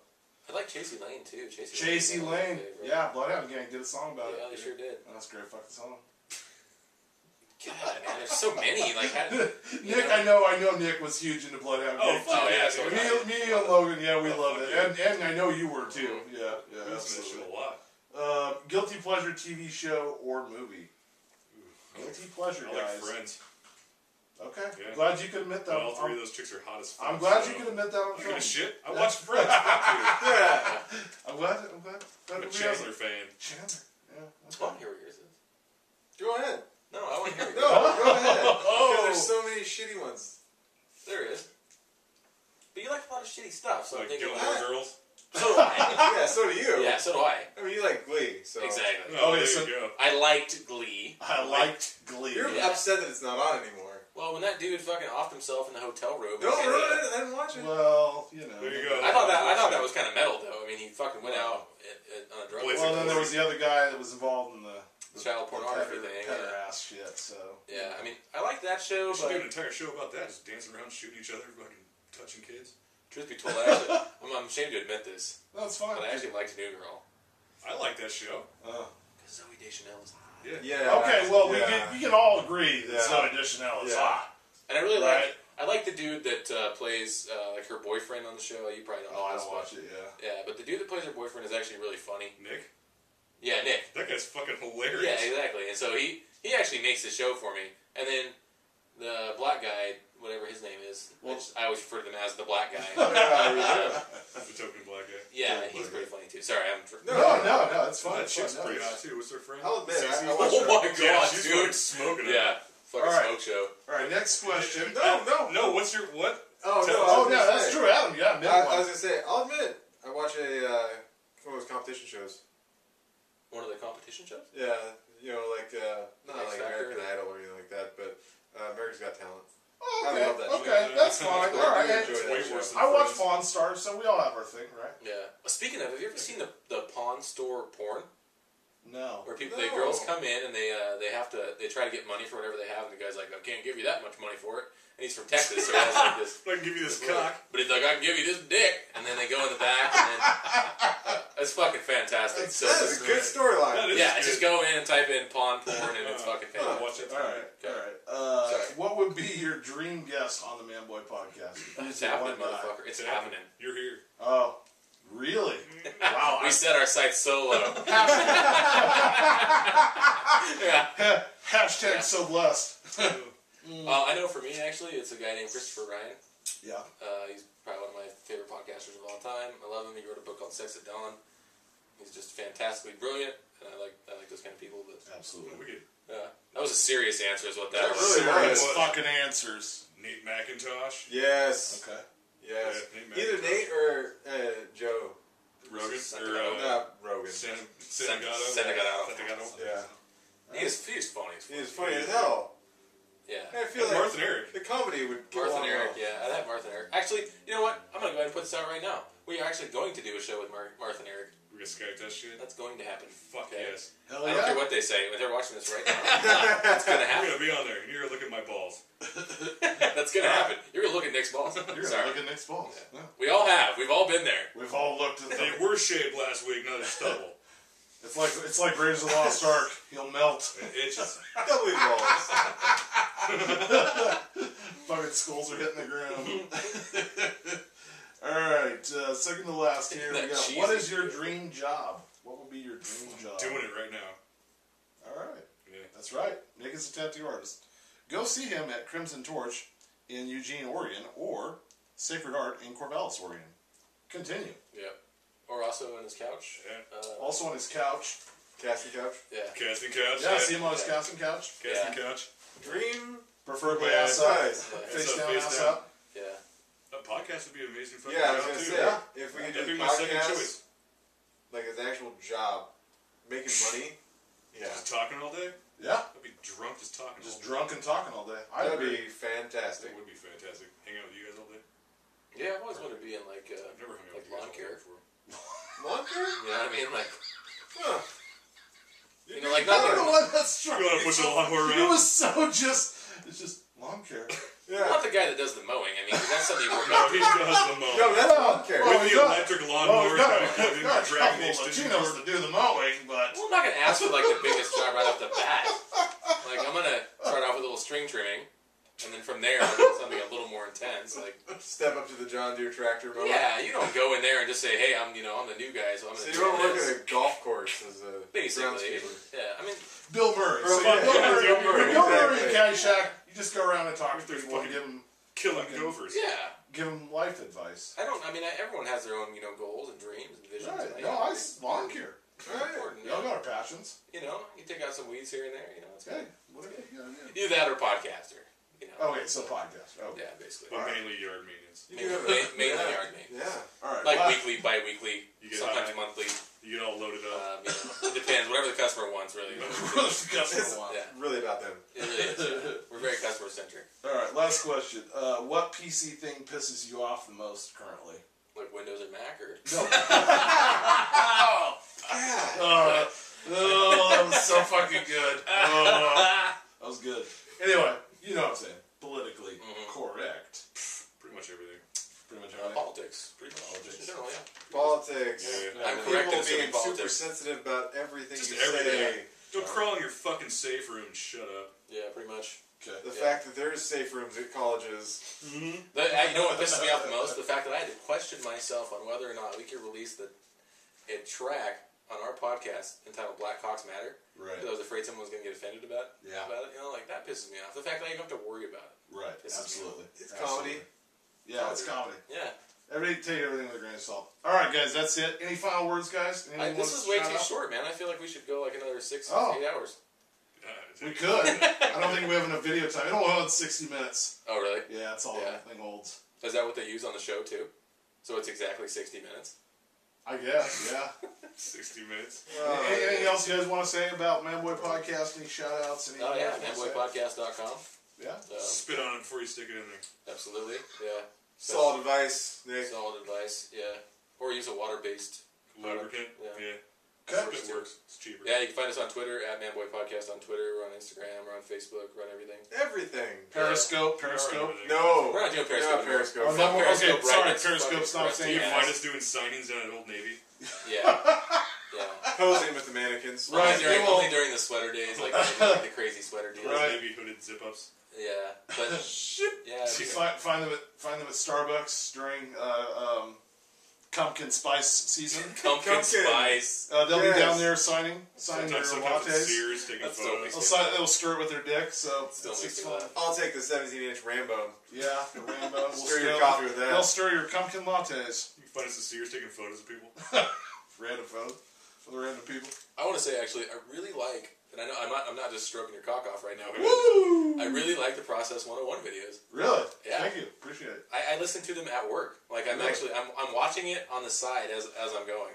A: I like Chasey Lane too. Chasey,
B: J.C.
A: Lane's
B: Lane.
A: my favorite.
B: Yeah, Bloodhound Gang did a song about
A: Yeah, they
B: it.
A: sure did.
B: That's a great fucking song.
A: God, man, there's so many. Like, how,
B: Nick, I know, I know. Nick was huge into Bloodhound
C: Oh,
B: Gang.
C: fuck
A: oh,
B: too.
A: yeah,
C: yeah.
A: so
C: dude.
A: we-
B: Me, me and Logan, yeah, we
C: Oh,
B: loved
C: fuck
B: it,
C: yeah.
B: and, and I know you were too. Yeah,
C: We
B: yeah,
C: listen to that
B: absolutely.
C: shit a lot.
B: Uh, guilty pleasure TV show or movie?
C: I like-
B: Guilty pleasure,
C: I like
B: guys.
C: Friends.
B: Okay,
C: Yeah.
B: glad you could admit that.
C: But all three of
B: I'm,
C: those chicks are hot as fuck.
B: I'm glad
C: so-
B: you could admit that on
C: You give
B: film.
C: a shit? I
B: Yeah.
C: watch Friends. Fuck you.
D: Yeah.
B: I'm glad. I'm glad. glad
C: I'm a
B: we-
C: Chandler fan.
B: Chandler. Yeah.
A: I want to hear what yours is.
D: Go ahead.
A: No, I want to hear
D: No,
A: yours.
D: go ahead.
B: Oh.
D: Because there's so many shitty ones.
A: There it is. But you like a lot of shitty stuff, so I'm
C: Like
A: thinking.
C: Gilmore
A: ah,
C: Girls.
A: So do I.
D: Yeah, so do you.
A: yeah, so do I.
D: I mean, you like Glee, so.
A: Exactly.
C: Oh,
B: yeah,
C: there
B: so-
C: you go.
A: I liked Glee.
B: I liked Glee.
D: You're
A: Yeah.
D: upset that it's not on anymore.
A: Well, when that dude fucking offed himself in the hotel room.
D: Don't
A: kinda-
D: ruin it. I didn't watch it.
B: Well, you know.
C: There you go.
A: I thought that I thought that was kind of metal though. I mean, he fucking went out i- i- on a drug.
C: Blazing
B: Well, then there was the other guy that was involved in the, the
A: Child pornography
B: pedo-
A: thing,
B: pedo
A: yeah.
B: ass shit. So
A: Yeah, I mean, I like that show,
C: We should do an
A: but
C: entire show about that. Just dancing around, shooting each other, fucking touching kids.
A: truth be told, I actually, I'm, I'm ashamed to admit this,
B: that's fine.
A: but I actually liked New Girl.
C: I like that show.
B: Uh,
A: Because Zoe Deschanel is hot.
C: Yeah.
D: Yeah.
B: okay, well we
D: yeah.
B: can we can all agree that
D: Yeah.
B: Zoe Deschanel is
D: Yeah.
B: hot.
A: And I really
B: Right.
A: like I like the dude that uh, plays uh, like her boyfriend on the show. You probably Oh, don't. know this, but-
B: it. Yeah.
A: Yeah, but the dude that plays her boyfriend is actually really funny.
C: Nick,
A: Yeah, Nick.
C: that guy's fucking hilarious.
A: Yeah, exactly. And so he he actually makes the show for me. And then the black guy, whatever his name is,
B: Well-
A: which I always refer to them as the black guy.
D: Yeah,
C: He's a token black guy.
A: yeah,
B: Yeah,
A: he's
B: black
A: pretty funny too. Sorry, I'm. Dr-
D: No,
B: No, no, no, it's fine.
C: that
B: it's
C: chick's
B: fine, no,
C: pretty
B: it's-
C: hot too. What's her friend?
D: I'll admit, I-
C: Sexy
D: I
C: as
D: watched
A: Oh
C: fuck.
A: my
C: Yeah,
A: god,
C: she's fucking
A: dude!
C: smoking.
A: Yeah, fucking
B: All right.
A: smoke show.
B: All right, next question.
D: No, no.
C: No, what's your what?
D: Oh, no. I
B: Oh
D: was
B: no,
D: gonna
B: that's
D: say.
B: Drew Adam. Yeah,
D: I, I was
B: midwife.
D: going to say, I'll admit, I watch a, uh, one of those competition shows.
A: One of the competition shows.
D: Yeah, you know, like uh, not
A: X
D: like
A: Factor.
D: American Idol or anything like that, but uh, America's Got Talent.
B: Oh,
D: I love that
B: okay,
D: show.
B: okay, that's
C: Uh,
B: fine. All right,
D: I enjoy
C: It's
D: that
C: way
D: show.
C: worse than
B: I watch
C: Friends.
B: Fawn Stars, so we all have our thing, right?
A: Yeah. Speaking of, have you ever seen the the pawn store porn?
B: No.
A: Where people,
D: No.
A: the girls come in and they uh, they have to they try to get money for whatever they have, and the guy's like, I can't give you that much money for it, and he's from Texas, so he has like this.
C: I can give you this cock.
A: But he's like, I can give you this dick, and then they go in the back, and then uh, it's fucking fantastic. So
D: That is a good storyline.
C: That is
A: yeah,
C: good.
A: just go in and type in pawn porn, and it's
C: Uh,
A: fucking
C: I'll
A: fantastic.
C: watch it.
B: All right,
C: tonight.
B: all right. Uh,
A: Sorry.
B: What would be your dream guest on the Man Boy podcast?
A: It's happening,
B: One guy.
A: motherfucker. It's happening.
C: You're here.
B: Oh, really? Wow.
A: We
B: I,
A: set our sights so low. yeah.
B: hashtag
A: Yeah.
B: so blessed. Mm,
A: Uh, I know for me, actually, it's a guy named Christopher Ryan.
B: Yeah.
A: Uh, he's probably one of my favorite podcasters of all time. I love him. He wrote a book called Sex at Dawn. He's just fantastically brilliant, and I like I like those kind of people. But
B: Absolutely.
C: we get
A: uh, that was a serious answer, is what that
D: That
A: was.
D: really
B: Serious
C: was.
B: fucking answers.
C: Nate McIntosh.
D: Yes,
B: Okay.
D: yes.
C: Yeah, Nate
D: Either
C: McIntosh.
D: Nate or uh, Joe.
C: Rogan. Rogan or
A: Santagato.
C: uh,
D: Not Rogan.
C: San,
A: San-
C: Santagato.
A: Santagato.
C: Santagato.
D: Yeah.
A: He is, he is funny. as
D: He was
A: fuck.
D: funny as hell.
A: Yeah.
D: I feel
C: And
D: like
C: Martha and Eric.
D: the comedy would go
A: Martha
D: on
A: and Eric,
D: well.
A: yeah, I'd have Martha and Eric. Actually, you know what? I'm gonna go ahead and put this out right now. We are actually going to do a show with Mar- Martha and Eric.
C: We got Skype that shit.
A: That's going to happen.
C: Fuck
A: Okay.
C: yes.
B: Hell
A: I don't care
B: Oh, yeah.
A: what they say. If they're watching this right now, that's gonna
C: You're
A: happen.
C: gonna be on there, and you're gonna look at my balls.
A: That's gonna happen. You're gonna look at Nick's balls.
B: You're gonna
A: Sorry.
B: look at Nick's balls. Yeah.
A: We all have. We've all been there.
B: We've all looked at
C: They
B: them.
C: were shaved last week, now they're stubble.
B: It's like it's like Raiders of the Lost Ark. He'll melt.
C: It itches.
D: Doubly balls.
B: Fucking skulls are hitting the ground. all right, uh, second to last here. We
A: That
B: got,
A: cheesy
B: what is your dream job? What would be your dream job?
C: Doing it right now.
B: All right.
C: Yeah.
B: That's right. Nick is a tattoo artist. Go see him at Crimson Torch in Eugene, Oregon, or Sacred Heart in Corvallis, Oregon. Continue.
A: Yep. Or also on his couch.
C: Yeah.
A: Uh,
B: Also on his couch.
D: Cassie Couch.
A: yeah.
C: Casting couch.
B: Yeah, see him on his
A: Yeah.
B: casting couch.
C: Casting couch.
D: Dream.
B: Preferably
C: Yeah.
B: ass up,
D: Size.
B: face
C: up,
B: down,
C: face
B: ass
C: down.
B: up.
A: Yeah.
C: A podcast would be an amazing fucking
D: Yeah, I was
C: job
D: gonna
C: too.
D: say
B: Yeah.
D: if we could
C: That'd
D: do
C: be
D: a
C: my second
D: podcast
C: choice.
D: like as an actual job, making money. Yeah,
C: Just talking all day.
B: Yeah,
C: I'd be drunk just talking.
B: just
C: all day.
B: drunk and talking all day. I
D: that'd
B: agree.
D: be fantastic.
C: That would be fantastic. Hang out with you guys all day.
A: Yeah. I've always wanted to be in like uh,
C: I've never hung out
A: like
C: with you guys
A: lawn
C: all day
A: care.
C: before.
D: Locker?
A: You know what I mean? Like
D: Huh.
A: you know, like
B: I don't know
A: not
B: why that's true.
C: You wanna push the lawnmower
B: It
C: around?
B: was so just, it's just lawn care.
A: the, not
D: Yeah.
A: the guy that does the mowing. I mean, 'cause that's something you work
C: No,
A: on.
C: he does the
D: No,
C: most.
D: that's locker.
B: Well,
C: With
B: we
C: the
B: got-
C: electric
B: Well,
C: lawnmower
B: we've
C: guy,
B: got,
C: having
B: we've got
C: a
B: a
C: dragon
B: couple
C: the
B: of
C: extension
B: Latinos to do the mowing, but
A: Well, I'm not gonna ask for like the biggest job right off the bat. Like I'm gonna start off with a little string trimming, and then from there I'll do something a little more intense. Like
D: Step up to the John Deere tractor mode.
A: yeah, you don't go in there and just say, hey, I'm you know I'm the new guy, so I'm
D: So
A: gonna
D: you don't
A: do
D: work
A: this.
D: at a golf course as a
A: Basically,
D: groundskeeper.
A: yeah. I mean,
B: Bill Murray.
D: Or
B: So
D: like-
B: Bill Murray.
C: Bill Murray,
B: If Bill Murray and
D: exactly.
B: Caddyshack, you just go around and talk to
C: There's
B: people and
C: fucking-
B: give them
C: killing
B: Fucking-
C: gophers.
A: yeah.
B: give them life advice.
A: I don't. I mean, I, everyone has their own, you know, goals and dreams and visions.
B: Right.
A: and
B: No, I s- lawn
A: It's
B: care.
A: important.
B: Y'all got our passions.
A: You know, you take out some weeds here and there. You know, it's
B: Hey,
A: good.
B: whatever you gotta do.
A: Either that or podcaster. You know.
B: Okay, Oh, so podcast. Okay.
A: Yeah, basically.
C: But
B: Alright.
C: mainly yard maintenance.
D: You
A: Mainly,
D: do have
A: ma- mainly
D: yeah.
A: yard maintenance.
D: Yeah.
B: All right.
A: Like
B: last-
A: weekly, bi-weekly,
C: You get
A: sometimes
C: high.
A: monthly.
C: You get all loaded
A: Um,
C: up.
A: you know, it depends. Whatever the customer wants, really.
B: Discuss it a lot.
A: Yeah,
D: Really about them.
A: it really is. yeah. We're very customer centric.
B: All right. Last question. Uh, what PC thing pisses you off the most currently?
A: Like Windows or Mac or.
B: No. oh, oh, that was so fucking good. Oh, that was good. Anyway, you know what I'm saying. Politically
A: Mhm.
B: correct.
C: Pretty much everything.
B: Pretty much
A: Uh,
B: how I-
A: politics, pretty much.
B: Politics.
A: In general, yeah.
D: Politics.
C: Yeah, yeah.
B: Yeah.
A: I'm
D: People
A: correct in
D: being
A: assuming
D: super
A: politics.
D: sensitive about everything
C: Just
D: you say.
C: everything. Go
B: Alright.
C: crawl in your fucking safe room and shut up.
A: Yeah, pretty much.
B: Okay.
D: The
A: Yeah.
D: fact that there is safe rooms at colleges.
B: Mm-hmm.
A: The, uh, you know what pisses me off the most? The fact that I had to question myself on whether or not we could release the, a track on our podcast entitled Black Hawks Matter. Because I
B: Right.
A: was afraid someone was going to get offended about,
B: Yeah.
A: about it. You know, like, that pisses me off. The fact that I even have to worry about it.
B: Right.
A: This is-
B: Absolutely.
D: It's
B: Absolutely.
D: comedy.
B: Yeah, it's comedy.
A: Yeah.
B: Everybody take everything with a grain of salt. All right, guys, that's it. Any final words, guys?
A: I,
B: Anyone
A: this
B: wants
A: is
B: to
A: way
B: shout
A: too
B: out?
A: short, man. I feel like we should go like another six,
B: Oh.
A: eight hours.
C: Uh,
B: We could. I don't think we have enough video time. It'll hold 60 minutes.
A: Oh, really?
B: Yeah, that's all
A: Yeah.
B: that thing holds.
A: Is that what they use on the show, too? So it's exactly 60 minutes?
B: I guess, yeah.
C: 60 minutes.
D: Uh,
B: Any- anything else you guys want to say about Manboy Podcast? Any shout outs? Any
A: Oh, yeah.
B: Podcast.
A: ManboyPodcast.com.
B: Yeah.
A: Um,
C: Spit on it before you stick it in there.
A: absolutely. Yeah.
D: Solid advice, Nick.
A: Solid advice. Yeah. Or use a water based.
C: Lubricant.
A: Yeah.
C: Yeah.
B: Okay.
C: It works. It's cheaper.
A: Yeah, you can find us on Twitter at Manboy Podcast on Twitter. We're on Instagram. We're on Facebook. We're on everything.
D: Everything.
B: Periscope.
C: All right,
B: Periscope.
C: everything.
D: No.
A: We're not doing Periscope
D: Not
A: anymore.
D: Periscope.
B: Oh, no.
A: Fuck
B: okay,
A: Periscope,
B: sorry,
A: right? That's
B: Periscope's
A: fucking
B: not
A: correct.
B: saying
C: You
B: Yeah.
C: can find us doing signings down at Old Navy.
A: Yeah. yeah.
D: Posing with the mannequins.
B: Right.
A: Only during,
B: they will-
A: only during the sweater days, like the, like the crazy sweater days.
C: Old
B: Right.
C: Navy hooded zip ups.
A: Yeah. But yeah.
B: You Find, find them at find them at Starbucks during uh, um, pumpkin spice season.
A: Pumpkin,
D: Pumpkin.
A: spice.
B: Uh, they'll
D: Yes.
B: be down there signing signing
C: Sometimes,
B: their
C: sometimes it's
B: lattes.
C: Sears taking
A: That's
C: photos.
A: so
B: They'll, sign, they'll stir it with their dick, so
A: Still
B: it's
A: makes
B: just
A: me
B: fun.
A: laugh.
D: I'll take the 17 inch Rambo.
B: Yeah, the Rambo. We'll
D: Stir your coffee with that.
B: They'll stir your pumpkin lattes.
C: You can find us at Sears taking photos of people.
B: Random phone for the random people.
A: I want to say actually, I really like, and I know I'm not, I'm not just stroking your cock off right now. But
B: Woo!
A: I really like the Process 101 videos.
B: Really?
A: Yeah.
B: Thank you. Appreciate it.
A: I, I listen to them at work. Like I'm
B: Really?
A: actually I'm, I'm watching it on the side as as I'm going.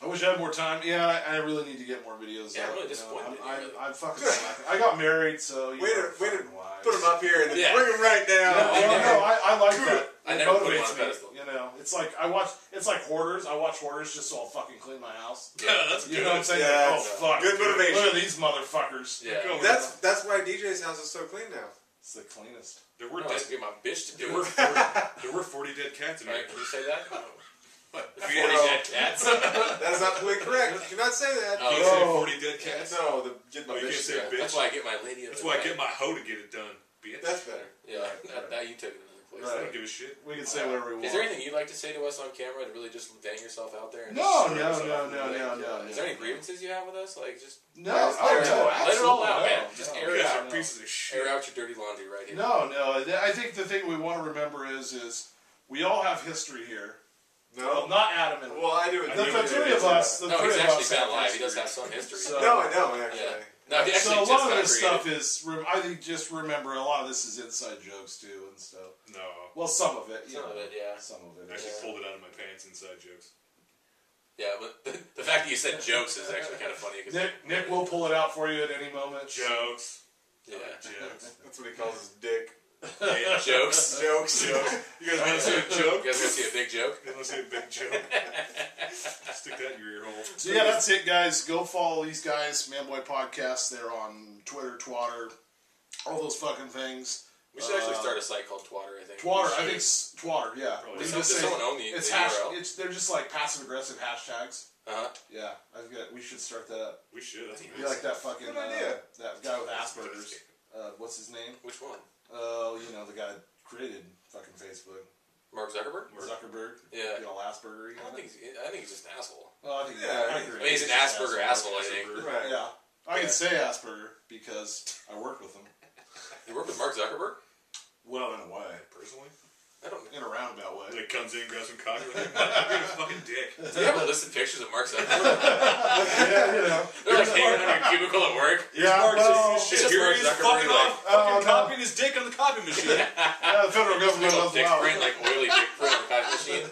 B: I wish I had more time. Yeah, I, I really need to get more videos.
A: Yeah, I'm
B: up,
A: really
B: you know.
A: disappointed,
B: I'm,
A: really.
B: I'm, I'm fucking. slacking. I got married, so you
D: Way to-
B: know,
D: way to
B: fucking wives.
D: Put them up here and then
A: Yeah.
D: bring them right
B: No,
D: down.
A: I
B: no,
A: never-
B: no, I, I like that.
A: I
B: It
A: never put it on
B: motivates
A: a
B: me,
A: pedestal.
B: You know, it's like I watch. It's like hoarders. I watch hoarders just so I'll fucking clean my house.
A: Yeah, that's
B: You know what I'm saying? Like,
D: Yeah,
B: oh
D: it's-
B: fuck!
D: good motivation.
B: Look at these motherfuckers.
A: Yeah.
B: Look over
D: That's
B: there.
D: that's why DJ's house is so clean now.
B: it's the cleanest.
C: There were
A: No, I
C: dead,
A: have to get my bitch to do
C: there
A: it.
C: were 40, there were forty dead cats in here.
A: Right, can you say that? What? Forty
D: know.
A: dead cats.
D: That is not politically correct. You cannot say that.
A: Oh.
C: You can't say forty dead cats.
D: No, the get
C: Oh,
D: my
C: you
D: bitch.
C: can't say
D: to-
C: bitch.
A: That's why I get my lady.
C: That's why I get my hoe to get it done, bitch.
D: That's better.
A: Yeah, that, that you took it another place.
C: I
B: Right.
C: don't give a shit.
B: We can say whatever we want.
A: Is there anything you'd like to say to us on camera to really just dang yourself out there? And just
B: No,
A: screw
B: no,
A: us
B: no,
A: up?
B: no, no, no,
A: Is there any
B: no.
A: grievances you have with us? Like, just
B: No,
D: Let it
B: oh, no,
D: all
A: out. Let it all out, man.
B: absolutely no,
A: Just
B: no,
A: air
C: You
A: it
C: guys
A: out.
C: are
B: no.
C: pieces of shit.
A: air out your dirty laundry right here.
B: No, no. th- I think the thing we want to remember is is we all have history here. Well,
D: No.
B: not Adam and
D: Well, I do.
B: the,
C: I
D: it.
B: the
C: do.
B: three of us. The
A: No,
B: three
A: he's
B: of
A: actually
B: us
A: been
B: have
A: alive. He
B: history.
A: does have some history.
B: So-
D: No, I don't actually.
A: Yeah. No, he actually
B: So a
A: just
B: lot
A: got
B: of this
A: created.
B: stuff is. rem- I think just remember a lot of this is inside jokes too and stuff.
C: No,
B: Well, some of it. you
A: Some
B: know,
A: of it, yeah.
B: Some of
C: I
B: it.
C: actually
B: is.
C: pulled it out of my pants. Inside jokes.
A: Yeah, but the, the fact that you said jokes is actually kind of funny. 'cause-
B: Nick, Nick will pull it out for you at any moment.
C: Jokes.
A: Yeah.
C: Jokes.
D: That's what he calls his dick.
C: Yeah,
A: Jokes.
D: Jokes.
C: jokes. You guys want to see a
A: You
C: joke?
A: guys gonna see a big joke?
C: You want to see a big joke? Stick that in your ear hole.
B: So yeah, that's it, guys. Go follow these guys, Manboy Podcast. They're on Twitter, Twatter, all those fucking things.
A: We should actually
B: Uh,
A: start a site called Twatter. I think. We
B: Twatter, I
A: should.
B: think s- Twatter, yeah.
C: Probably.
B: We
A: Does, some,
B: can
A: does
B: just say-
A: someone own the,
B: it's
A: the
B: hash.
A: URL?
B: It's they're just like passive aggressive hashtags.
A: Uh-huh.
B: Yeah, I think that we should start that up.
C: We should. That's
B: Be like that fucking
D: Good
B: uh,
D: idea.
B: that guy with Asperger's. Uh, what's his name?
A: Which one?
B: Uh, you know the guy that created fucking Facebook.
A: Mark Zuckerberg?
B: Zuckerberg.
A: Yeah.
B: You know, Asperger.
A: I don't think he's, I think he's just an asshole.
B: Well, I think.
D: Yeah,
B: I
D: I
B: agree.
A: I mean, he's an
B: just
A: Asperger asshole. I think.
D: Right.
B: Yeah, I
A: Yeah.
B: can say Asperger because I work with him.
A: You work with Mark Zuckerberg?
B: Well, in a way,
C: Personally,
A: I don't.
B: in a roundabout way.
C: like comes in, grabs some cock, like, you're a fucking dick.
A: Do you have listed pictures of Mark Zuckerberg?
B: yeah, you know.
A: They're like hanging on your cubicle at work.
B: Yeah,
C: Mark's
B: well,
A: It's just
C: Here's
A: Mark
C: his
A: Zuckerberg,
C: fucking
A: like,
C: off,
B: Oh,
C: fucking
B: no.
C: copying his dick on the copy machine.
B: yeah, the federal government
A: little
B: doesn't
A: dick print,
B: allow.
A: like oily dick print on a copy machine.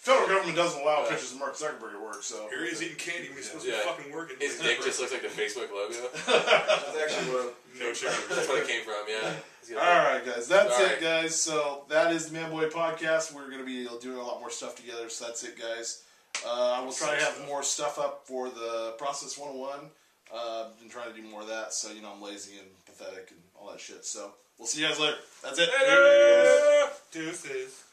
B: Federal government doesn't allow
A: Uh,
B: pictures of Mark Zuckerberg at work, so.
C: Here he is eating candy when he's supposed to
A: Yeah.
C: be fucking working.
A: His dick just looks like the Facebook logo.
D: That's actually what.
C: no sugar.
A: That's where it came from. Yeah. He's got-
B: All right, guys. That's
A: All
B: it,
A: right.
B: guys. So that is the Manboy Podcast. We're going to be doing a lot more stuff together. So that's it, guys. Uh, I will try to have more stuff up for the Process 101. Uh, I've been trying to do more of that. So, you know, I'm lazy and pathetic and all that shit. So we'll see you guys later. That's it.
C: Later. Deuces.